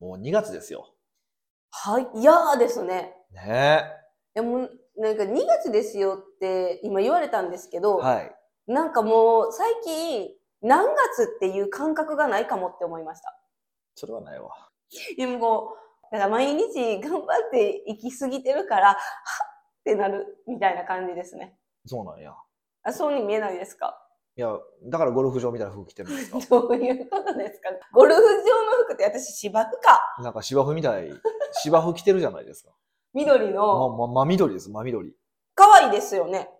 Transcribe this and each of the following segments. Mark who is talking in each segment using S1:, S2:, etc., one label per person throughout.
S1: もう2月ですよ。
S2: はい、いやーですね。
S1: ね
S2: でも、なんか2月ですよって今言われたんですけ
S1: え。
S2: ど、
S1: はい。
S2: なんかもう最近、何月っていう感覚がないかもって思いました。
S1: それはないわ。
S2: でもこう、だから毎日頑張って生きすぎてるから、はっってなるみたいな感じですね。
S1: そうなんや。
S2: あそうに見えないですか
S1: いや、だからゴルフ場みたいな服着てるんですか
S2: どういうことですかゴルフ場の服って私芝生か。
S1: なんか芝生みたい、 芝生着てるじゃないですか。
S2: 緑
S1: ま、
S2: の。
S1: ま、真緑です、真緑。
S2: 可愛いですよね。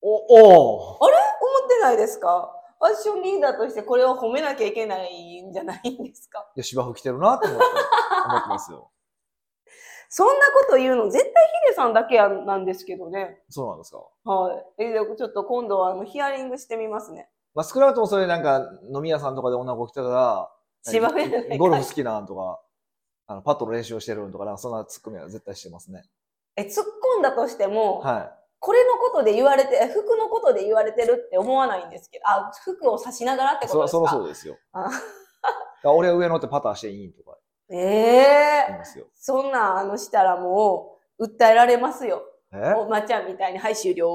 S1: お、おー
S2: 思ってないですかファッションリーダーとしてこれを褒めなきゃいけないんじゃないんですか
S1: いや、芝生着てるなって思って、思ってますよ。
S2: そんなこと言うの絶対ヒデさんだけやんなんですけどね。
S1: そうなんですか。
S2: はい。え、じゃあちょっと今度はあのヒアリングしてみますね。
S1: まあ、少なくともそれなんか、飲み屋さんとかで女の子来てたら、
S2: 芝生やないかい
S1: ゴルフ好きなんとか、あの、パットの練習をしてるんとか、なんかそんなツッコミは絶対してますね。
S2: え、突っ込んだとしても、
S1: は
S2: これのことで言われて、え服のことで言われてるって思わないんですけど、あ、服を指しながらって
S1: い。
S2: こと
S1: そ、
S2: ですか
S1: そらそうですよ。
S2: あ
S1: だから俺は上乗ってパターしていいんとか
S2: ええ
S1: 言いますよ。
S2: そんなんあのしたらもう、訴えられますよ。
S1: え
S2: おまっちゃんみたいに、はい、終了。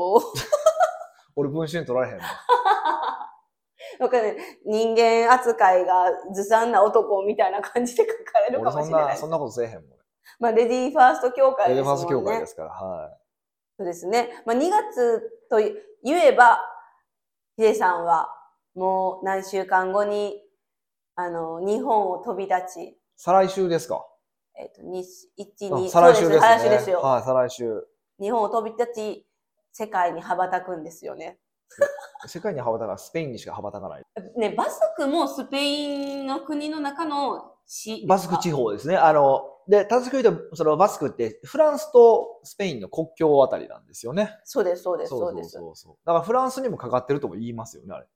S1: 俺文春取られへん の。
S2: なんかね、人間扱いがずさんな男みたいな感じで書かれるか
S1: 俺
S2: も
S1: そん
S2: しれない
S1: な、
S2: です
S1: そん。なことせえへんもん。
S2: まあ、レディーファースト協会
S1: レ
S2: で
S1: デ
S2: す
S1: ィ
S2: も
S1: ファースト協会
S2: んね。
S1: ですから、は
S2: そうですね。まあ、2月と言えば、ヒデさんはもう何週間後に、あの、日本を飛び立ち、
S1: い。再来週ですか
S2: えっ、と、に1、
S1: あ
S2: 2、
S1: 再来週ですね。
S2: そう再来週ですよ、
S1: はい、再来週。
S2: 日本を飛び立ち、世界に羽ばたくんですよね。
S1: 世界に羽ばたかない、スペインにしか羽ばたかない。
S2: ね、バスクもスペインの国の中の市。
S1: バスク地方ですね。あの、で、正しく言うと、そのバスクってフランスとスペインの国境あたりなんですよね。
S2: そうです、そうです、そう
S1: そう
S2: です。
S1: そうそう。だからフランスにもかかってるとも言いますよね、あれ。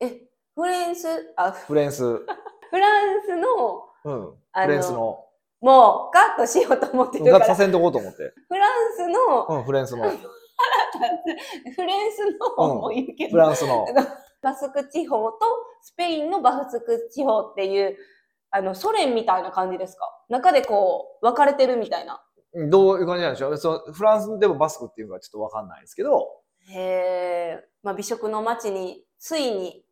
S2: え、フレンス、あ、フ
S1: フレンス。うん。フ
S2: フランスの、あ
S1: レンス の。
S2: もう、カットしようと思ってる
S1: が
S2: か
S1: さ
S2: ら、
S1: せんとこうと思って。
S2: フランスの、
S1: うん、フレンスの。
S2: フレンスのも言うけ
S1: フ
S2: ど、
S1: ランス の。
S2: バスク地方とスペインのバスク地方っていう、あの、ソ連みたいな感じですか中でこう、分かれてるみたいな。
S1: どういう感じなんでしょうそうフランスでもバスクっていうのはちょっとわかんないですけど、
S2: へえ、まあ、美食の街に、ついに、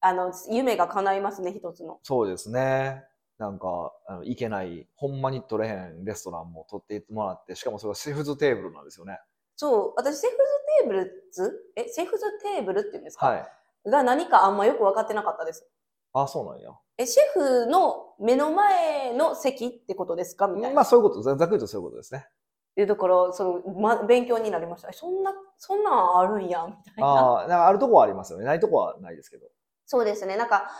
S2: あの、夢が叶いますね、一つの。
S1: そうですね。なんか、あの、いけない、ほんまに取れへんレストランも取っていってもらって、しかもそれはシェフズテーブルなんですよね。
S2: そう、私、シェフズテーブルズえ、シェフズテーブルっていうんですか、
S1: はい。
S2: が何かあんまよく分かってなかったです。
S1: あ、そうなんや。
S2: え、シェフの目の前の席ってことですかみたいな。
S1: まあそういうこと、ざざっくりとそういうことですね。
S2: で、だから、その、ま、勉強になりました。えそんな、そんなんあるんや、みたいな。
S1: ああ、なんかあるとこはありますよね。ないとこはないですけど。
S2: そうですね。なんか、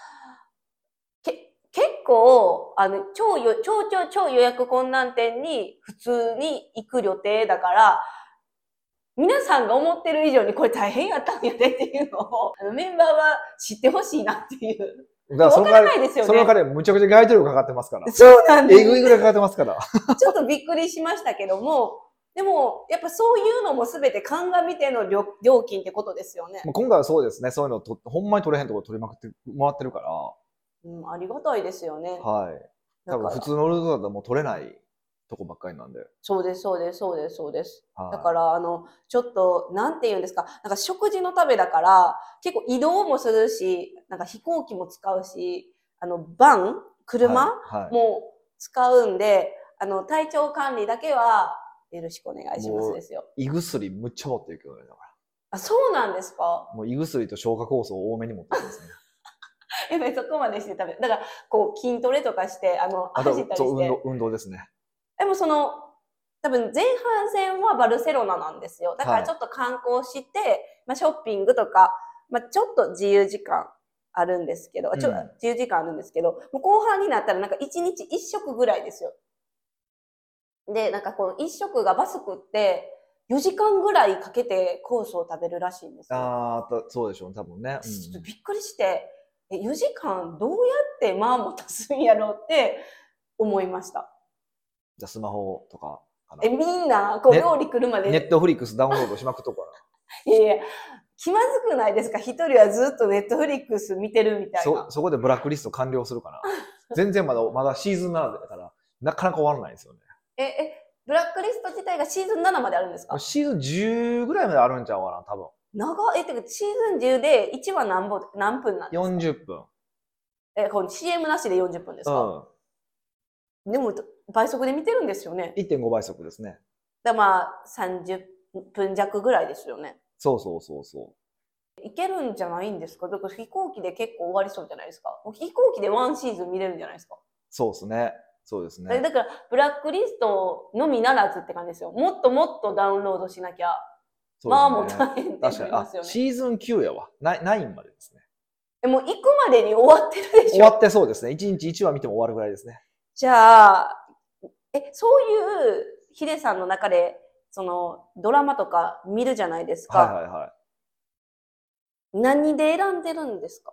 S2: け、結構、あの、超よ、超超超予約困難店に普通に行く予定だから、皆さんが思ってる以上にこれ大変やったんやでっていうのを、あのメンバーは知ってほしいなっていう。
S1: だ
S2: わ
S1: そ
S2: か
S1: の
S2: ら
S1: 代わ
S2: な
S1: り、
S2: いですよ
S1: その
S2: ね。
S1: 彼むちゃくちゃガイド料かかってますから。
S2: そうなんです。
S1: えぐいぐらいかかってますから。
S2: ちょっとびっくりしましたけども、でも、やっぱそういうのも全て鑑みての料料金ってことですよね。
S1: もう今回はそうですね。そういうのと、ほんまに取れへんとこ取りまくってもらってるから。
S2: うん、ありがたいですよね。
S1: はい。
S2: だ
S1: 多
S2: か
S1: 分
S2: ら
S1: 普通のルートだともう取れないとこばっかりなんで。
S2: そうです、そうです、そうです、そうです。
S1: はい
S2: だから、あの、ちょっと、なんて言うんですか、なんか食事のためだから、結構移動もするし、なんか飛行機も使うし、あの、バン、車、
S1: はいはい
S2: も使うんで、あの、体調管理だけは、よろしくお願いしますですよ。
S1: 胃薬むっちゃ持っていくよね。だか。
S2: あ、そうなんですから
S1: もう胃薬と消化酵素を多めに持っていくんですね。
S2: やっぱりそこまでして食べだから、こう、筋トレとかして、 あの、
S1: あ
S2: 走
S1: と、
S2: ったり
S1: そう
S2: し
S1: 運
S2: て。
S1: 動運動ですね。
S2: でもその、多分前半戦はバルセロナなんですよ。だか
S1: は
S2: ら
S1: い
S2: ちょっと観光して、まあ、ショッピングとか、まあ、ちょっと自由時間あるんですけど、ちょ
S1: うん
S2: 自由時間あるんですけど、もう後半になったらなんか一日一食ぐらいですよ。で、なんかこの一食がバスクって4時間ぐらいかけてコースを食べるらしいんですよ。
S1: ああ、たそうでしょうね、多分ね。
S2: ちょっ
S1: う
S2: と
S1: ん
S2: びっくりして、え4時間どうやってまあもたすんやろうって思いました。
S1: じゃあスマホとかかな
S2: え、。みんな、こう、
S1: ね
S2: 料理来るまで、
S1: ネットフリックスダウンロードしまくっとこ
S2: いやいや、気まずくないですか一人はずっとネットフリックス見てるみ
S1: うかな。
S2: た いな
S1: そ、。そこでブラックリスト完了するかな。全然まだ、まだシーズン7だから、なかなか終わらないんですよね。
S2: え、え、ブラックリスト自体がシーズン7まであるんですか
S1: シーズン10ぐらいまであるんちゃうかな、多分。
S2: 長い、え、てかシーズン10で1話何ぼ、何分なんですか
S1: 40分。
S2: え、この CM なしで40分です
S1: う
S2: か、
S1: ん。
S2: でも、倍速で見てるんですよね。
S1: 1.5倍速ですね。
S2: だまあ、30分弱ぐらいですよね。
S1: そうそうそうそ
S2: いけるんじゃないんですかだから飛行機で結構終わりそうじゃないですかもう飛行機でワンシーズン見れるんじゃないですか、
S1: う。そうですね。そうです
S2: え
S1: ね。
S2: だから、ブラックリストのみならずって感じですよ。もっともっとダウンロードしなきゃ、
S1: そうですね
S2: まあもう 大変ってな
S1: 確
S2: り
S1: かに。
S2: ま
S1: あ
S2: すよ、ね。
S1: シーズン9やわ。ナイ9までですね。
S2: えもう行くまでに終わってるでし
S1: 終わ
S2: ょ。
S1: ってそうですね。1日1話見ても終わるぐらいですね。
S2: じゃあ、え、そういうヒデさんの中で、そのドラマとか見るじゃないですか。
S1: はいはいは
S2: 何で選んでるんですか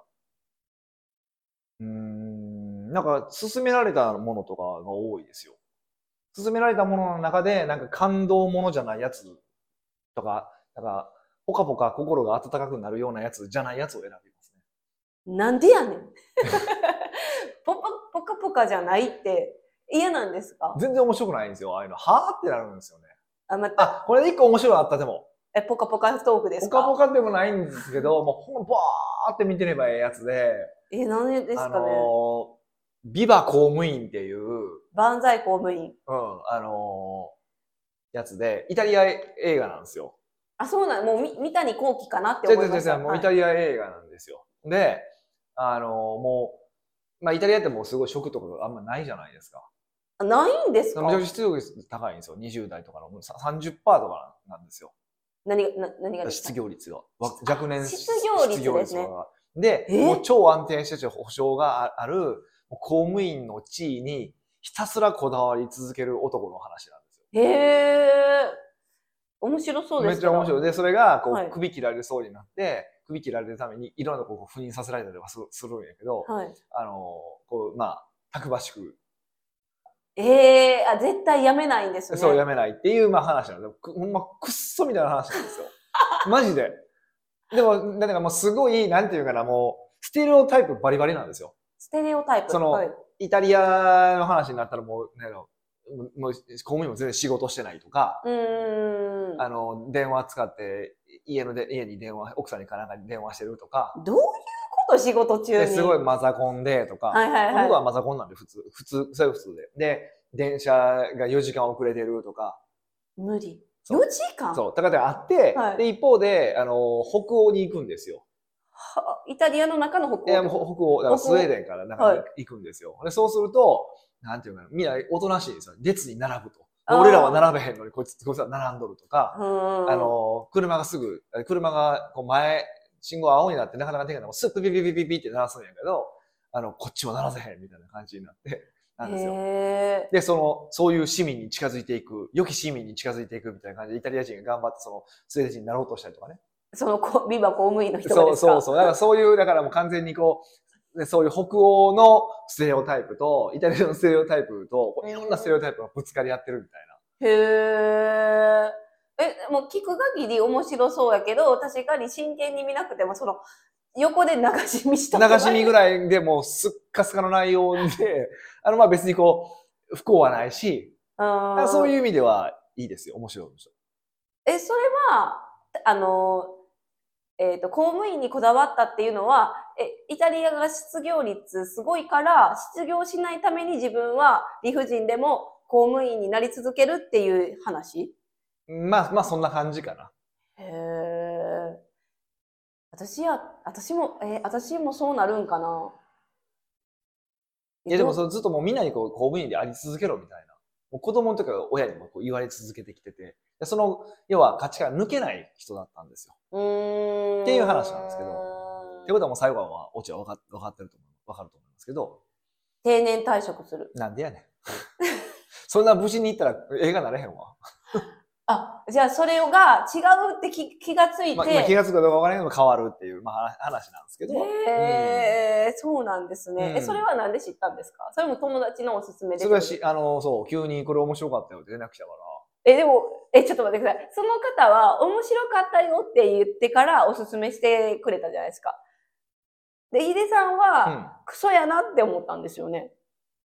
S1: い。うーん。なんか、勧められたものとかが多いですよ。勧められたものの中で、なんか感動ものじゃないやつとか、なんか、ぽかぽか心が温かくなるようなやつじゃないやつを選びますね。
S2: なんでやねん。ポカポカポカじゃないって嫌なんですか
S1: 全然面白くないんですよ。ああいうの。はぁってなるんですよね。
S2: あ、また、
S1: あ、これで一個面白いのあったでも。
S2: え、ポカポカトークで
S1: ぽ
S2: す
S1: か
S2: か
S1: ぽかでもないんですけど、もうほんとバーって見てればええやつで、
S2: え、何ですか
S1: あ
S2: ね、
S1: のー、ビバ公務員っていう、うん、
S2: 万歳公務員。
S1: あのーやつで、イタリア映画なんですよ。
S2: あ、そうなん、もうみ三谷幸喜かなって
S1: 違う
S2: 思
S1: 違違
S2: いうま
S1: う違
S2: した。
S1: う、もうイ
S2: は
S1: タリア映画なんですよ。で、あのーもう、まあイタリアってもうすごい食とかがあんまないじゃないですか。
S2: いないんです
S1: めち
S2: か
S1: ゃくちゃ失業率高いんですよ。20代とかのもうさ30%とかなんですよ。
S2: 何が、な何がですか
S1: 失業率が。わ若年
S2: 失業率
S1: 失業
S2: ですね
S1: とかがで、
S2: え
S1: もう超安定して保障がああるもう公務員の地位にひたすらこだわり続ける男の話なんですよ。
S2: へえ。面白そうで
S1: め
S2: す
S1: っちゃ面白い。
S2: い。
S1: で、それがこう、
S2: はい
S1: 首切られそうになって、首切られるためにいろんなこう不妊させられたりとかすするんやけど、
S2: はい。
S1: あのー、こう、まあ、たくましく、
S2: ええあ、絶対やめないんですね。
S1: そうやめないっていう、まあ、話なんですよ。くほんま、くっそみたいな話なん ですよ。マジで。でも、なんかもうすごい、なんていうかな、もう、ステレオタイプバリバリなんですよ。
S2: ステレオタイプ。
S1: その
S2: はい
S1: イタリアの話になったらもう、なんやろもう公務員も全然仕事してないとか、
S2: うーん。
S1: あの、電話使って、家ので、家に電話、奥さんにかなんかに電話してるとか、
S2: どういうこと仕事中
S1: で
S2: に。
S1: すごいマザコンでとか、
S2: はいはいはい
S1: 僕はマザコンなんで普通、普通、それは普通で。で、電車が4時間遅れてるとか、
S2: 無理。
S1: そう
S2: 4時間
S1: そう、とかであって、
S2: はい
S1: で、一方で、あの、北欧に行くんですよ。
S2: はイタリアの中の北
S1: いや
S2: 欧
S1: もうほ北欧、だからスウェーデンからなんか
S2: はい
S1: 行く行くんですよ。でそうすると、なんていうかな、みんなおとなしいんですよ。列に並ぶと。
S2: あー
S1: 俺らは並べへんのに、こいつ、こいつは並んどるとか、
S2: うーん
S1: あの、車がすぐ、車がこう前、信号青になってなかなかできないのも、スッとビビビビビって鳴らすんやけど、あの、こっちは鳴らせへんみたいな感じになって、なんですよ。
S2: へ
S1: で、その、そういう市民に近づいていく、良き市民に近づいていくみたいな感じで、イタリア人が頑張って、その、スウェーデン人になろうとしたりとかね。
S2: ーそのこビバ公務員の人が
S1: そ
S2: で
S1: う
S2: すか
S1: そうそう。だからそういう、だからもう完全にこう、でそういう北欧のステレオタイプと、イタリアのステレオタイプと、こういろんなステレオタイプがぶつかり合ってるみたい
S2: へえ。え、もう聞く限り面白そうやけど、確かに真剣に見なくても、その、横で流し見した
S1: な。流し見ぐ
S2: らい。
S1: らいでもうすっかすかの内容 で、あのまあ別にこう、不幸はないし、だからそう
S2: う
S1: い
S2: ん。
S1: う意味ではいいですよ。面白い面白い。
S2: え、それは、あの、えっ、と、公務員にこだわったっていうのは、え、イタリアが失業率すごいから、失業しないために自分は理不尽でも公務員になり続けるっていう話
S1: まあまあそんな感じかな。
S2: へえ。私や、私も、えー私もそうなるんかな。
S1: いやでもそ
S2: どう
S1: れずっともうみんなにこう公務員であり続けろみたいな。もう子供の時から親にもこう言われ続けてきてて、でその、要は価値観抜けない人だったんですよ。
S2: うーん。
S1: っていう話なんですけどって
S2: ど。
S1: ことはもう最後はオチは分かっ分かってると思う。分かると思うんですけど、
S2: 定年退職する。
S1: なんでやねん。 そんな無事に行ったら映画なれへんわ。
S2: あ、じゃあそれが違うって気気がついて。
S1: まあ、今気がつくかどうか分からへんけど変わるっていう、まあ、話話なんですけど、
S2: へえ、そうなんですね。
S1: う
S2: え、
S1: ん
S2: それはなんで知ったんですかそれも友達のおすすめです。
S1: それはし、あの、そう、急にこれ面白かったよって連絡来たか
S2: え、でも、え、ちょっと待ってください。その方は面白かったよって言ってからおすすめしてくれたじゃないですか。で、ヒデさんは、
S1: ら、うん、
S2: クソやなって思ったんですよね。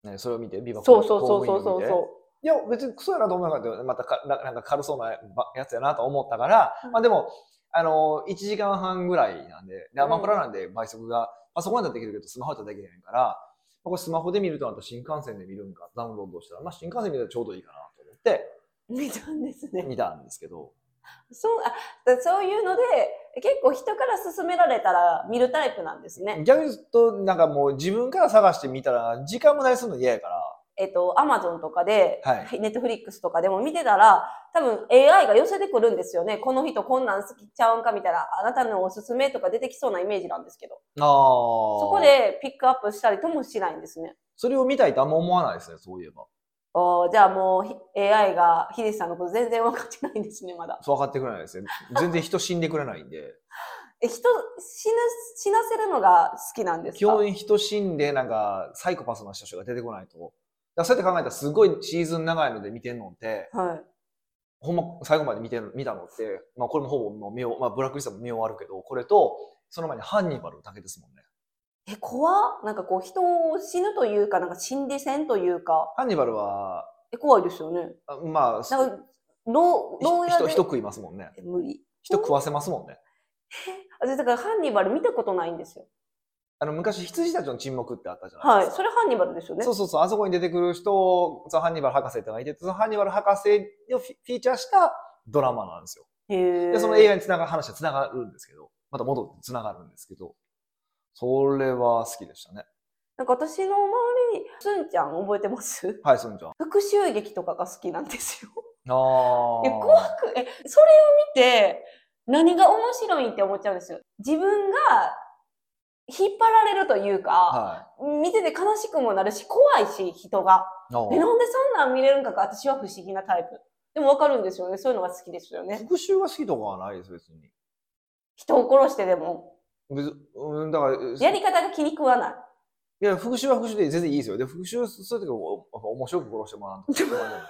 S1: ね、それを見て、ビバホー
S2: そうそうそうそうそう
S1: 公務員を見て
S2: そ
S1: いや、別にクソやなと思わなかったよ。またかななんか軽そうなばやつやなと思ったから、
S2: うん
S1: まあでも、あのー、1時間半ぐらいなんで、で、アマプラなんで倍速が、パソコンだったらできるけど、スマホだったらできないから、まあこれスマホで見ると、あと新幹線で見るんか、ダウンロードしたら、まあ新幹線見たらちょうどいいかなと思って、
S2: う。見たんですね。
S1: 見たんですけど、
S2: そう、あ、だそういうので、結構人から勧められたら見るタイプなんですね。
S1: 逆に言うと、なんかもう自分から探してみたら、時間無駄にするの嫌やから、
S2: えっと、アマゾンとかで、
S1: は
S2: ネットフリックスとかでも見てたら、多分 AI が寄せてくるんですよね。この人こんなん好きちゃうんかみたいな、あなたのおすすめとか出てきそうなイメージなんですけど。
S1: ああ。
S2: そ
S1: そ
S2: こ。でピックアップしたりともしないんですね。
S1: それを見たいとあんま思わないですね、そういえば。
S2: おーじゃあもうひ AI がヒデさんのこと全然分かってないんですね、まだ。
S1: そう分かってくれないですね。全然人死んでくれないんで。
S2: え、人、死な、死なせるのが好きなんですか
S1: 基本人死んで、なんか、サイコパスな人しか出てこないと。だからそうやって考えたら、すごいシーズン長いので見てんのって、
S2: はい。
S1: ほんま最後まで見てる見たのって、まあこれもほぼもう目を、まあブラックリストも目終わるけど、これと、その前にハンニバルだけですもんね。
S2: え、怖っなんかこう人を死ぬというか、なんか心理戦というか、
S1: ハンニバルは、
S2: え、怖いですよね。
S1: あまあ、
S2: なんか、牢、牢屋
S1: 人
S2: で
S1: 人。食いますもんね。
S2: え無理。
S1: 人食わせますもんね。
S2: 私、だからハンニバル見たことないんですよ。
S1: あの、昔、羊たちの沈黙ってあったじゃない
S2: は
S1: で
S2: い。
S1: すか。
S2: それハンニバルですよね。
S1: そうそうそう、あそこに出てくる人、そのハンニバル博士ってのがいて、そのハンニバル博士をフィフィーチャーしたドラマなんですよ。
S2: へ
S1: で、
S2: え。
S1: その映画につながる話はつながるんですけど、また戻ってつながるんですけど、それは好きでしたね。
S2: なんか私の周りに、すんちゃん覚えてます
S1: はい、そんちゃん。あ
S2: 復讐劇とかが好きなんですよ。
S1: あ
S2: いや怖くえそれを見て何が面白いんって思っちゃうんですよ。自分が引っ張られるというか、
S1: は
S2: 見てて悲しくもなるし怖いし人が。
S1: い。あ
S2: えなんでそんなん見れるんかが私は不思議なタイプ。でもわかるんですよね。そういうのが好きですよ
S1: あ
S2: ね。
S1: 復讐が好きとかはないです、別に。
S2: 人を殺してでも
S1: 別うん、だから、
S2: やり方が気に食わない。
S1: いや、復讐は復讐で全然いいですよ。で、復讐するときはおお面白く殺してもらわんと。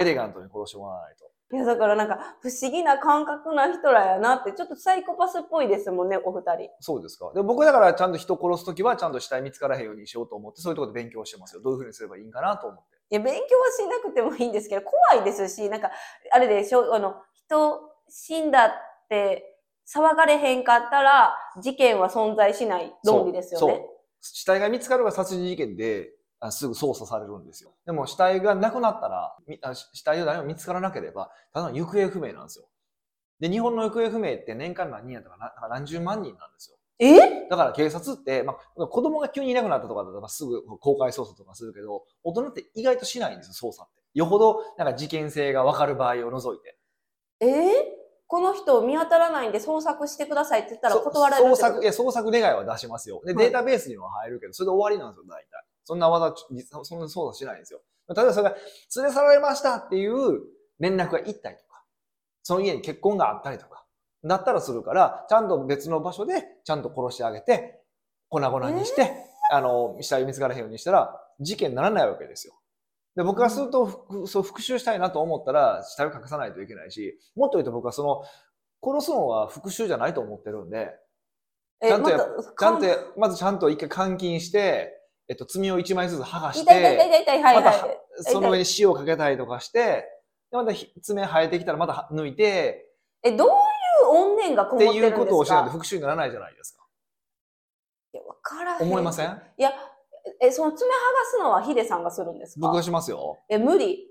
S1: エレガントに殺してもらわないと。
S2: いやだからなんか不思議な感覚な人らやなってちょっとサイコパスっぽいですもんねお二人。
S1: そうですか。で僕だからちゃんと人殺すときはちゃんと死体見つからへんようにしようと思って、そういうところで勉強してますよ。どういうふうにすればいいんかなと思って。
S2: いや、勉強はしなくてもいいんですけど、怖いですし、なんか、あれでしょ、あの、人死んだって騒がれへんかったら、事件は存在しない論理ですよ
S1: そう
S2: ね。
S1: そう死体が見つかれば殺人事件であすぐ捜査されるんですよ。でも死体がなくなったら、みあし死体を誰も見つからなければ、ただの行方不明なんですよ。で、日本の行方不明って年間何人やったかな、なんか何十万人なんですよ。
S2: え
S1: だから警察って、まあ、子供が急にいなくなったとかだったらすぐ公開捜査とかするけど、大人って意外としないんですよ、捜査って。よほど、なんか事件性がわかる場合を除いて。
S2: えーこの人見当たらないんで捜索してくださいって言ったら
S1: そ
S2: 断られる
S1: 捜
S2: ってこと
S1: 索、いや、捜索願いは出しますよ。で、
S2: はい
S1: データベースには入るけど、それで終わりなんですよ、大体。そんな技、そそんな捜査しないんですよ。例えばそれが、連れ去られましたっていう連絡が行ったりとか、その家に結婚があったりとか、だったらするから、ちゃんと別の場所で、ちゃんと殺してあげて、粉々にして、あの、死体見つからへんようにしたら、事件にならないわけですよ。で、僕がすると、ふそう、復讐したいなと思ったら、死体を隠さないといけないし、もっと言うと僕はその、殺すのは復讐じゃないと思ってるんで、
S2: え
S1: ちゃんとや
S2: また
S1: ちゃんと
S2: か、
S1: まずちゃんと一回監禁して、えっと、罪を一枚ずつ剥がし
S2: 痛い痛い痛
S1: て、
S2: い痛い痛い、はい
S1: ま
S2: は
S1: た
S2: い。
S1: その上に塩をかけたりとかして、でまたひ爪生えてきたらまたは抜いて、
S2: え、どういう怨念がこも
S1: っ
S2: って
S1: て
S2: るん
S1: い
S2: です
S1: う
S2: か
S1: ことをしないと復讐にならないじゃないですか。
S2: いや、わからへん。
S1: 思いませ ん
S2: いや、え、その爪剥がすのはヒデさんがするんですか
S1: 僕がしますよ。
S2: え、無理。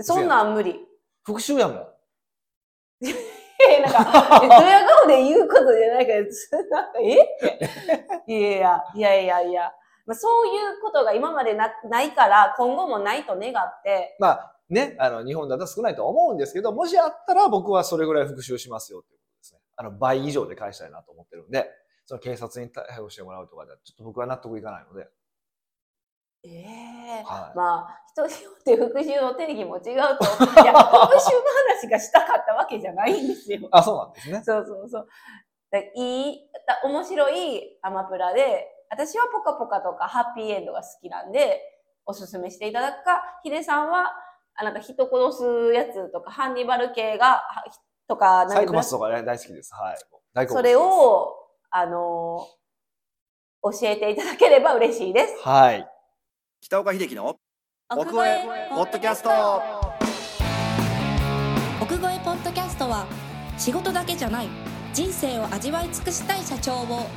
S2: そんなん無理。
S1: 復讐やもん。
S2: え、なんか、えドヤ顔で言うことじゃないから、 つなんか、え っていやいや、いやいやいや。まあ、そういうことが今までなないから、今後もないと願って、
S1: まあね、あの、日本だと少ないとは思うんですけど、もしあったら僕はそれぐらい復讐しますよっていうことですね。あの、倍以上で返したいなと思ってるんで、その警察に逮捕してもらうとかでは、ちょっと僕は納得いかないので、
S2: ええ
S1: はい。
S2: まあ、人によって復讐の定義も違うと、いや、復讐の話がしたかったわけじゃないんですよ。
S1: あ、そうなんですね。
S2: そうそうそう。だいい、だ面白いアマプラで、私はポカポカとかハッピーエンドが好きなんで、おすすめしていただくか、ヒデさんは、あなんか人殺すやつとか、ハンニバル系が、はひとか、
S1: サ
S2: な
S1: イ
S2: ん
S1: コ
S2: か
S1: パス、とかね大好きです。はい。大好物
S2: そ
S1: です
S2: れ。を、あのー教えていただければ嬉しいです。
S1: はい。
S3: 北岡秀樹の奥越えポッドキャスト
S4: 奥越えポッドキャストは仕事だけじゃない人生を味わい尽くしたい社長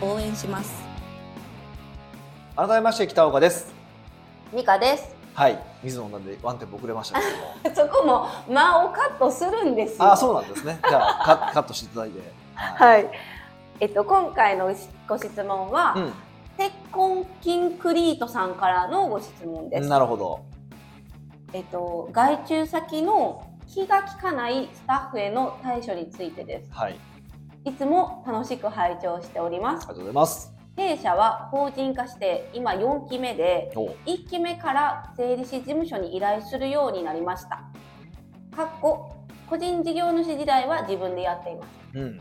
S4: を応援します
S1: 改めまして北岡です。
S2: ミカです。
S1: はい、水野なんでワンテンポ遅れましたけども。
S2: そこも間をカットするんですよ。
S1: あ、そうなんですね。じゃあカカットしていただいて。はい。
S2: はい。えっと今回のご質問は、鉄根筋クリートさんからのご質問
S1: う
S2: で
S1: ん、
S2: す。
S1: なるほど。
S2: えっと外注先の気が利かないスタッフへの対処についてです。
S1: はい、あり
S2: いつも楽しく拝聴しております
S1: が。とうございます。
S2: 弊社は法人化して今4期目で、
S1: お、
S2: 1期目から税理士事務所に依頼するようになりました。かっこ個人事業主時代は自分でやっています。
S1: うん、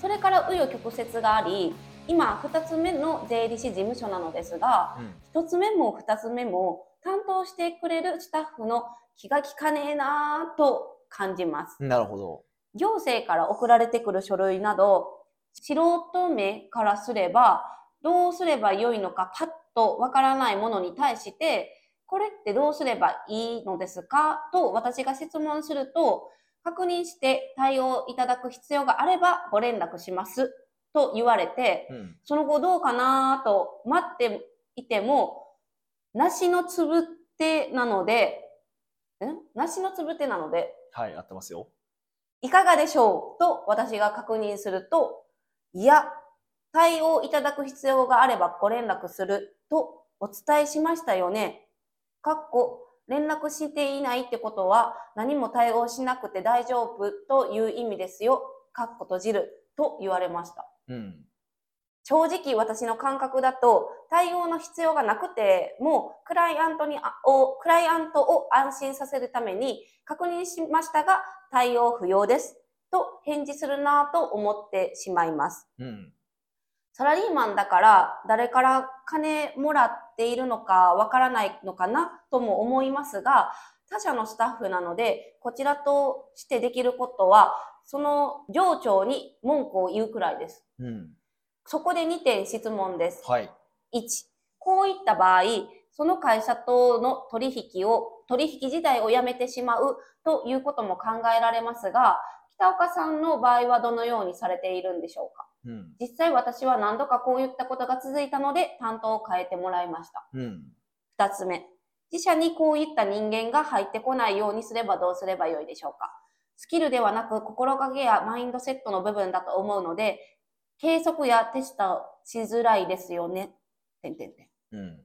S2: それから紆余曲折があり、今2つ目の税理士事務所なのですが、
S1: うん、
S2: 1つ目も2つ目も担当してくれるスタッフの気が利かねえなぁと感じます。
S1: なるほど。
S2: 行政から送られてくる書類など、素人目からすれば、どうすればよいのかパッとわからないものに対して、これってどうすればいいのですかと私が質問すると、確認して対応いただく必要があればご連絡しますと言われて、
S1: うん、
S2: その後どうかなと待っていても、梨のつぶてなので、ん梨のつぶてなので、
S1: はい、合ってますよ。
S2: いかがでしょうと私が確認すると、いや、対応いただく必要があればご連絡するとお伝えしましたよね。かっこ、連絡していないってことは何も対応しなくて大丈夫という意味ですよ。かっこ閉じると言われました。
S1: うん、
S2: 正直私の感覚だと対応の必要がなくてもクライアントにあをクライアントを安心させるために確認しましたが対応不要ですと返事するなぁと思ってしまいます。
S1: うん、
S2: サラリーマンだから誰から金もらっているのかわからないのかなとも思いますが他社のスタッフなのでこちらとしてできることはその上長に文句を言うくらいです。
S1: うん、
S2: そこで2点質問です。
S1: はい、
S2: 1、こういった場合、その会社との取引を、取引自体をやめてしまうということも考えられますが、北岡さんの場合はどのようにされているんでしょうか
S1: うん、
S2: 実際私は何度かこういったことが続いたので担当を変えてもらいました。
S1: うん、
S2: 2つ目、自社にこういった人間が入ってこないようにすればどうすればよいでしょうかスキルではなく心がけやマインドセットの部分だと思うので、計測やテストしづらいですよね。てんてんてん
S1: うん、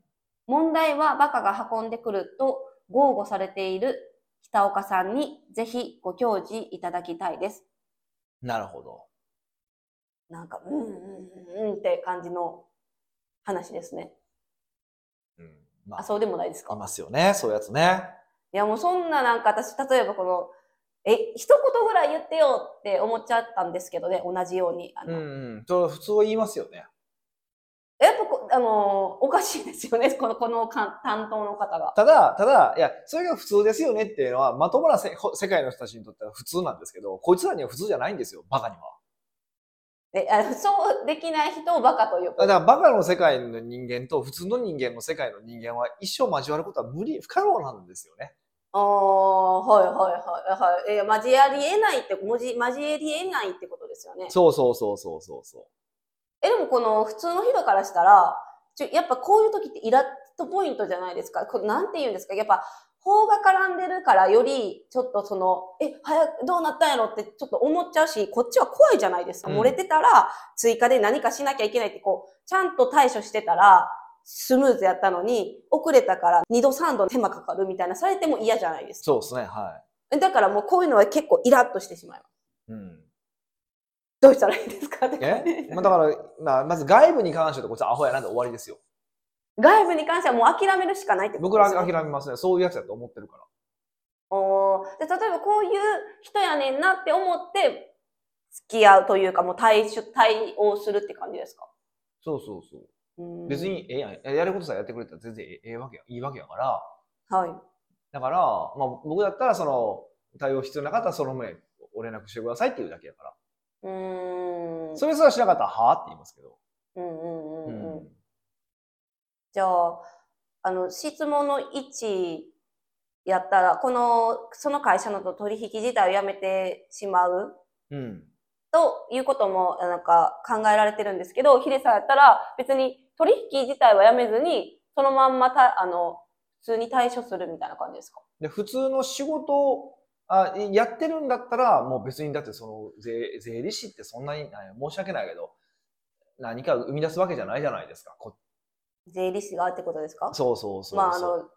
S2: 問題はバカが運んでくると豪語されている北岡さんにぜひご教示いただきたいです。
S1: なるほど。
S2: なんか、うんうんうんうんって感じの話ですね。
S1: うん、ま
S2: あ、
S1: あ、
S2: そうでもないです
S1: い
S2: か。
S1: ますよね、そういうやつね。
S2: いや、もうそんななんか私、例えばこの、え、一言ぐらい言ってよって思っちゃったんですけどね、同じように。あ
S1: う
S2: の
S1: ん、うん、それ普通は言いますよね。
S2: やっぱこ、あのーおかしいですよね、この、このか担当の方が。
S1: ただ、ただ、いや、それが普通ですよねっていうのは、まともなせほ世界の人たちにとっては普通なんですけど、こいつらには普通じゃないんですよ、バカには。
S2: であのそうできない人をバカという
S1: だから、バカの世界の人間と普通の人間の世界の人間は一生交わることは無理、不可能なんですよね。
S2: ああ、はいはいはいはい。えー、交わり得ないって、文字、交えり得ないってことですよね。
S1: そうそうそうそうそうそ
S2: え、でもこの普通の人からしたら、ちょ、やっぱこういう時ってイラッとポイントじゃないですか。これなんて言うんですか。やっぱ、法が絡んでるからより、ちょっとその、え、早く、どうなったんやろってちょっと思っちゃうし、こっちは怖いじゃないですか。
S1: うん
S2: 漏れてたら、追加で何かしなきゃいけないって、こう、ちゃんと対処してたら、スムーズやったのに、遅れたから2度3度手間かかるみたいな、されても嫌じゃないです
S1: う。
S2: か。
S1: そうですね、は
S2: だからもうこういうのは結構イラッとしてしまいます。
S1: い。うん。
S2: どうしたらいいですかって感じ
S1: え まあ、だから、まあ、まず外部に関してはこいつアホやなで終わりですよ。
S2: 外部に関してはもう諦めるしかないってこと
S1: 僕
S2: で
S1: ら
S2: すよ
S1: 諦
S2: ね
S1: めますね。そういうやつやと思ってるから。
S2: おーで例えばこういう人やねんなって思って付き合うというかもう対処対応するって感じですか
S1: そうそうそう。
S2: うーん
S1: 別にええやん。ややることさえやってくれたら全然ええええわけや、いいわけやから。
S2: はい
S1: だから、まあ、僕だったら、その、対応必要なかったら、その旨、お連絡してくださいっていうだけやから。
S2: うーん
S1: それすらしなかったら、はあって言いますけど。
S2: うんうんうんうん
S1: うん
S2: じゃああの、質問の1やったら、この、その会社の取引自体をやめてしまう
S1: うん。
S2: ということも、なんか考えられてるんですけど、ヒデさんやったら、別に取引自体はやめずに、そのまんまた、あの、普通に対処するみたいな感じですか
S1: で、普通の仕事を、あやってるんだったら、もう別に、だってその税、税理士ってそんなに、なんや申し訳ないけど、何か生み出すわけじゃないじゃないですか。こ
S2: 税理士がってことですか
S1: そうそうそうそう。
S2: まあ、あの、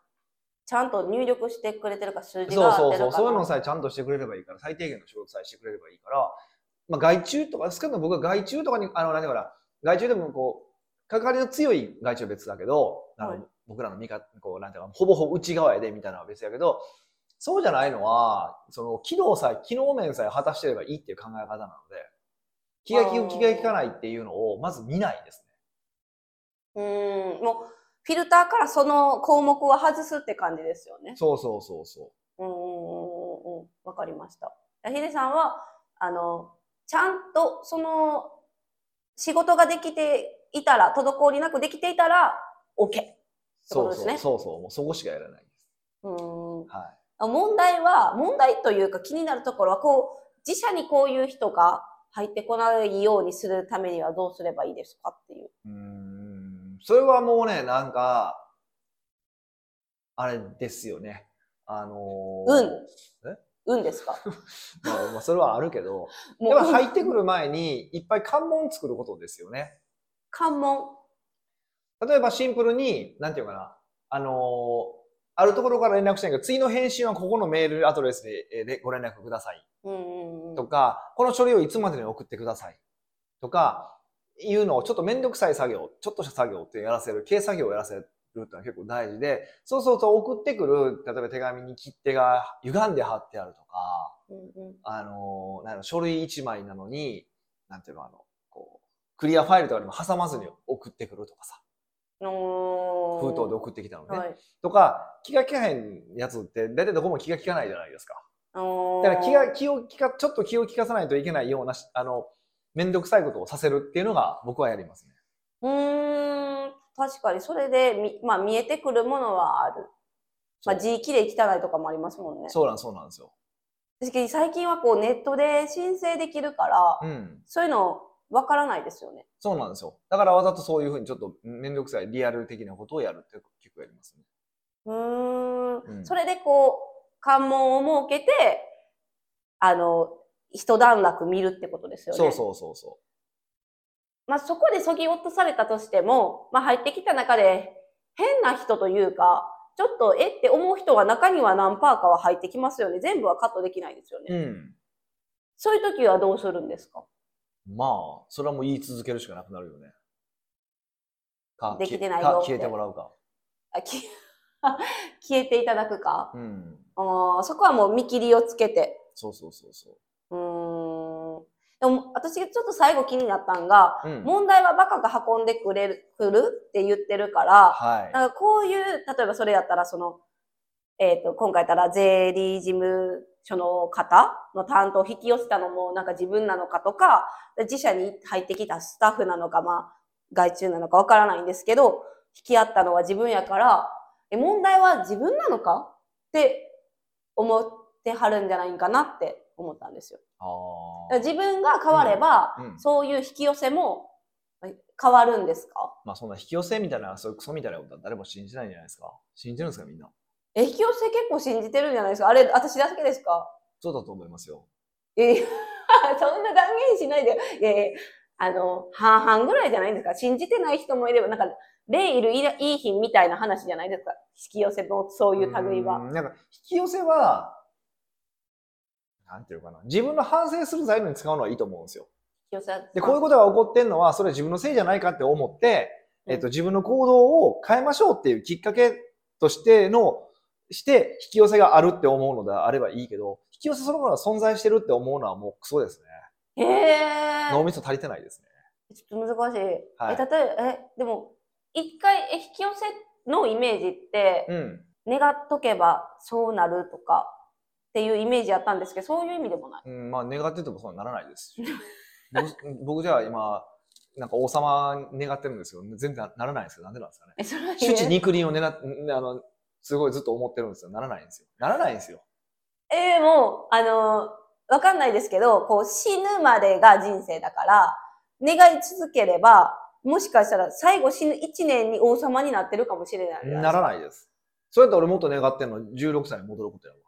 S2: ちゃんと入力してくれてるか、数字
S1: そう
S2: が合っ
S1: そう
S2: てる
S1: そう、
S2: か。
S1: そういうのさえちゃんとしてくれればいいから、最低限の仕事さえしてくれればいいから、まあ、外注とか、少なくとも僕は外注とかに、あの、なんだから、外注でもこう、関わりの強い外注は別だけど、あの
S2: はい
S1: 僕らの味方、こう、なんていうか、ほぼほぼ内側やで、みたいなのは別だけど、そうじゃないのは、その、機能さえ、機能面さえ果たしてればいいっていう考え方なので、気が利
S2: あー
S1: く、気が利かないっていうのを、まず見ないですね。
S2: うーん、もう、フィルターからその項目を外すって感じですよね。
S1: そうそうそうそう。
S2: うんうんうんうんうん、わかりました。ヒデさんは、あの、ちゃんと、その、仕事ができていたら、滞りなくできていたら、OK。
S1: そう
S2: ってこと
S1: そ
S2: ですね
S1: う、そうそう、もうそこしかやらないです。
S2: うーん
S1: はい。
S2: あ問題は、問題というか気になるところは、こう、自社にこういう人が入ってこないようにするためにはどうすればいいですかっていう。
S1: うーんそれはもうね、なんか、あれですよね。あのー
S2: 運
S1: え。
S2: 運ですか
S1: まあ、まあ、それはあるけど、
S2: も
S1: やっぱ
S2: う、
S1: 入ってくる前にいっぱい関門作ることですよね。
S2: 関門。
S1: 例えばシンプルに、なんていうかな、あのーあるところから連絡したいけど、次の返信はここのメールアドレスでえーでご連絡ください
S2: うんうんうん
S1: とか、この書類をいつまでに送ってくださいとか、いうのをちょっとめんどくさい作業、ちょっとした作業ってやらせる、軽作業をやらせるってのは結構大事で、そうすると送ってくる、例えば手紙に切手が歪んで貼ってあるとか、
S2: うんうん
S1: あの、なんやろ書類1枚なのに、なんていうの、あの、こう、クリアファイルとかにも挟まずに送ってくるとかさ、
S2: の
S1: 封筒で送ってきたのね。
S2: はい。
S1: とか、気が利かへんやつって、大体どこも気が利かないじゃないですか。
S2: あのー
S1: だから気が、気を利か、ちょっと気を利かさないといけないようなし、あの、めんどくさいことをさせるっていうのが僕はやりますね。
S2: うーん、確かにそれでみ、まあ、見えてくるものはある。ま
S1: そ
S2: あ、
S1: う
S2: 字切れ汚いとかもありますもんね。
S1: そうなん、そうなんですよ。
S2: 確かに最近はこうネットで申請できるから、
S1: うん。
S2: そういうのわからないですよね。
S1: そうなんですよ。だからわざとそういうふうにちょっとめんどくさいリアル的なことをやるって結構やりますね。
S2: うーん,、
S1: うん
S2: それでこう、関門を設けて、あの、一段落見るってことですよね。
S1: そうそうそうそ
S2: まあ、そこでそぎ落とされたとしても、まあ、入ってきた中で変な人というか、ちょっとえって思う人は中には何パーかは入ってきますよね。全部はカットできないですよね。
S1: う。うん。
S2: そういう時はどうするんですか
S1: まあ、それはもう言い続けるしかなくなるよね。か
S2: できてない
S1: か
S2: よって
S1: 消えてもらうか。
S2: あき 消えていただくか、
S1: うん。
S2: あーそこはもう見切りをつけて。
S1: そうそうそうそう
S2: ーん。でも私ちょっと最後気になったんが、
S1: う。うん。
S2: 問題はバカが運んでくれる、くるって言ってるから、
S1: はい。
S2: なんかこういう、例えばそれやったら、その、えっ、と、今回やったら税理事務所の方の担当を引き寄せたのも、なんか自分なのかとか、自社に入ってきたスタッフなのか、まあ、外注なのかわからないんですけど、引き合ったのは自分やから、え、問題は自分なのかって思ってはるんじゃないんかなって思ったんですよ。
S1: あ
S2: だから
S1: あ。
S2: 自分が変われば、
S1: うんうん
S2: そういう引き寄せもえ変わるんですか
S1: まあそんな引き寄せみたいな、そういうクソみたいなことは誰も信じないんじゃないですか。信じるんですか、みんな。
S2: え、引き寄せ結構信じてるんじゃないですかあれ、私だけですか
S1: そうだと思いますよ。
S2: え、 そんな断言しないで。え、あの、半々ぐらいじゃないですか信じてない人もいれば、なんか、レイルいらいい品みたいな話じゃないですか引き寄せのそういう類は。
S1: うんなんか引き寄せは、なんていうかな、自分の反省する材料に使うのはいいと思うんですよ。
S2: 引き寄せは
S1: で、こういうことが起こってんのは、それは自分のせいじゃないかって思って、えっと、自分の行動を変えましょうっていうきっかけとしての、して、引き寄せがあるって思うのであればいいけど、引き寄せそのものが存在してるって思うのはもうクソですね。
S2: へえ
S1: 脳みそ足りてないですね。
S2: ちょっと難しい。
S1: はい
S2: え、例えば、え、でも、一回、え、引き寄せのイメージって、
S1: うん。
S2: 願っとけばそうなるとかっていうイメージやったんですけど、そういう意味でもない。
S1: うん、まあ、願っててもそうはならないですし。僕僕じゃあ今、なんか王様願ってるんですよ。全然ならないんですよ。なんでなんですかね。
S2: え、それは
S1: 主治肉林を狙っ、あの、すごいずっと思ってるんですよ。ならないんですよ。ならないんですよ。
S2: えー、もう、あのーわかんないですけど、こう、死ぬまでが人生だから、願い続ければ、もしかしたら最後死ぬ1年に王様になってるかもしれないじゃいです
S1: な
S2: から
S1: ないです。それやったら俺もっと願ってんの16歳に戻ることやわ。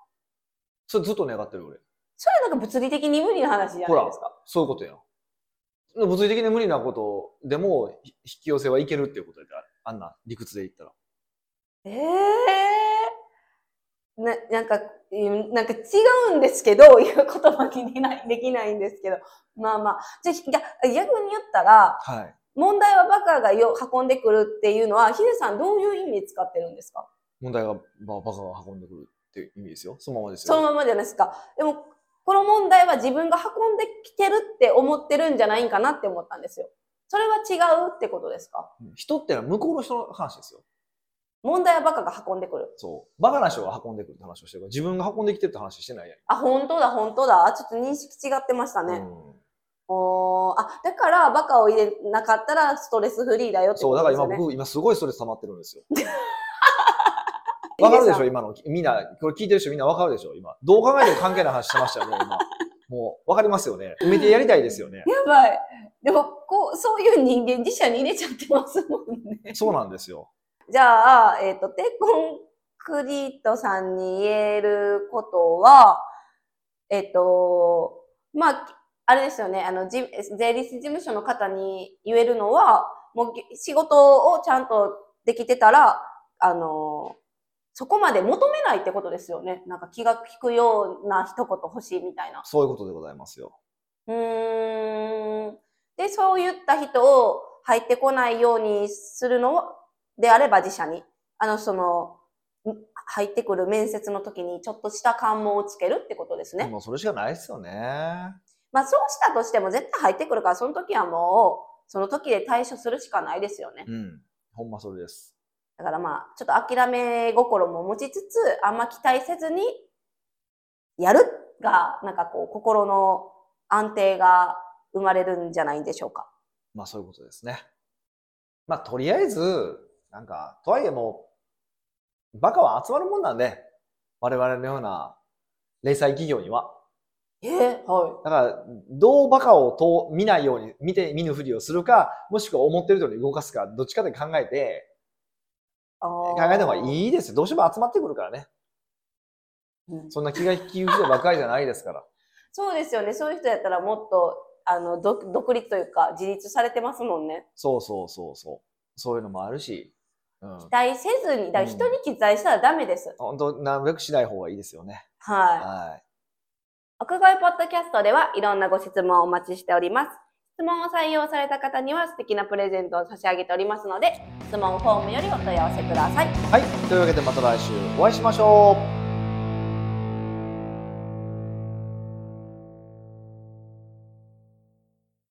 S1: それずっと願ってる俺。
S2: それはなんか物理的に無理な話じゃないですか。
S1: そういうことやん。物理的に無理なことでもひ引き寄せはいけるっていうことやから、あんな理屈で言ったら。
S2: ええー。な、なんか、うんなんか違うんですけど、 いう言葉にでないできないんですけど。まあまあ。じゃあ、逆に言ったら、
S1: はい。
S2: 問題はバカがよ運んでくるっていうのは、ヒデさんどういう意味で使ってるんですか
S1: 問題が、まあ、バカが運んでくるっていう意味ですよ。そのままですよ。
S2: そのままじゃないですか。でも、この問題は自分が運んできてるって思ってるんじゃないんかなって思ったんですよ。それは違うってことですか
S1: うん人ってのは向こうの人の話ですよ。
S2: 問題はバカが運んでくる。
S1: そう。バカな人が運んでくるって話をしてるから、自分が運んできてるって話してないやん。
S2: あ、本当だ、本当だ。あちょっと認識違ってましたね。おーあ、だからバカを入れなかったらストレスフリーだよ
S1: うん、
S2: って
S1: そう、
S2: こ
S1: だか
S2: と
S1: ら今
S2: ですよね。
S1: 僕、今すごいストレス溜まってるん ですよ。わかるでし
S2: ヒデさ
S1: ょ
S2: ん
S1: 今の。みんな、これ聞いてる人みんなわかるでしょ今。どう考えても関係ない話してましたよね、今。もう、わかりますよね。埋めてやりたいですよね。
S2: やばい。でも、こう、そういう人間自社に入れちゃってますもんね。
S1: そうなんですよ。
S2: じゃあ、えっ、と、テコンクリートさんに言えることは、えっ、と、まあ、あれですよね、あの、じ税理士事務所の方に言えるのは、もうぎ仕事をちゃんとできてたら、あの、そこまで求めないってことですよね。なんか気が利くような一言欲しいみたいな。
S1: そういうことでございますよ。
S2: うーん。で、そういった人を入ってこないようにするのであれば自社に。あの、その、ん入ってくる面接の時にちょっとした関門をつけるってことですね。
S1: もうそれしかないですよね。
S2: まあ、そうしたとしても絶対入ってくるから、その時はもう、その時で対処するしかないですよね。
S1: うん。ほんまそれです。
S2: だからまあ、ちょっと諦め心も持ちつつ、あんま期待せずに、やるが、なんかこう、心の安定が生まれるんじゃないんでしょうか。
S1: まあそういうことですね。まあとりあえず、なんか、とはいえもう、バカは集まるもんなんで、我々のような零細企業には。
S2: えーはい。
S1: だから、どうバカをと見ないように、見て見ぬふりをするか、もしくは思ってる通りに動かすか、どっちかで考えて、考
S2: 考
S1: えた方がいいですよ。どうしても集まってくるからね。
S2: うん
S1: そんな気が引き受ける人ばっかりじゃないですから。
S2: そうですよね。そういう人やったらもっと、あの、独独立というか、自立されてますもんね。
S1: そうそうそうそう。そういうのもあるし、うん
S2: 期。待せずに、だから
S1: うん
S2: 人に期待したらダメです。
S1: 本当なるべくしない方がいいですよね。
S2: はい。
S1: はい。
S2: 屋外ポッドキャストではいろんなご質問をお待ちしております。質問を採用された方には素敵なプレゼントを差し上げておりますので、質問フォームよりお問い合わせください。
S1: はい。というわけでまた来週お会いしましょう。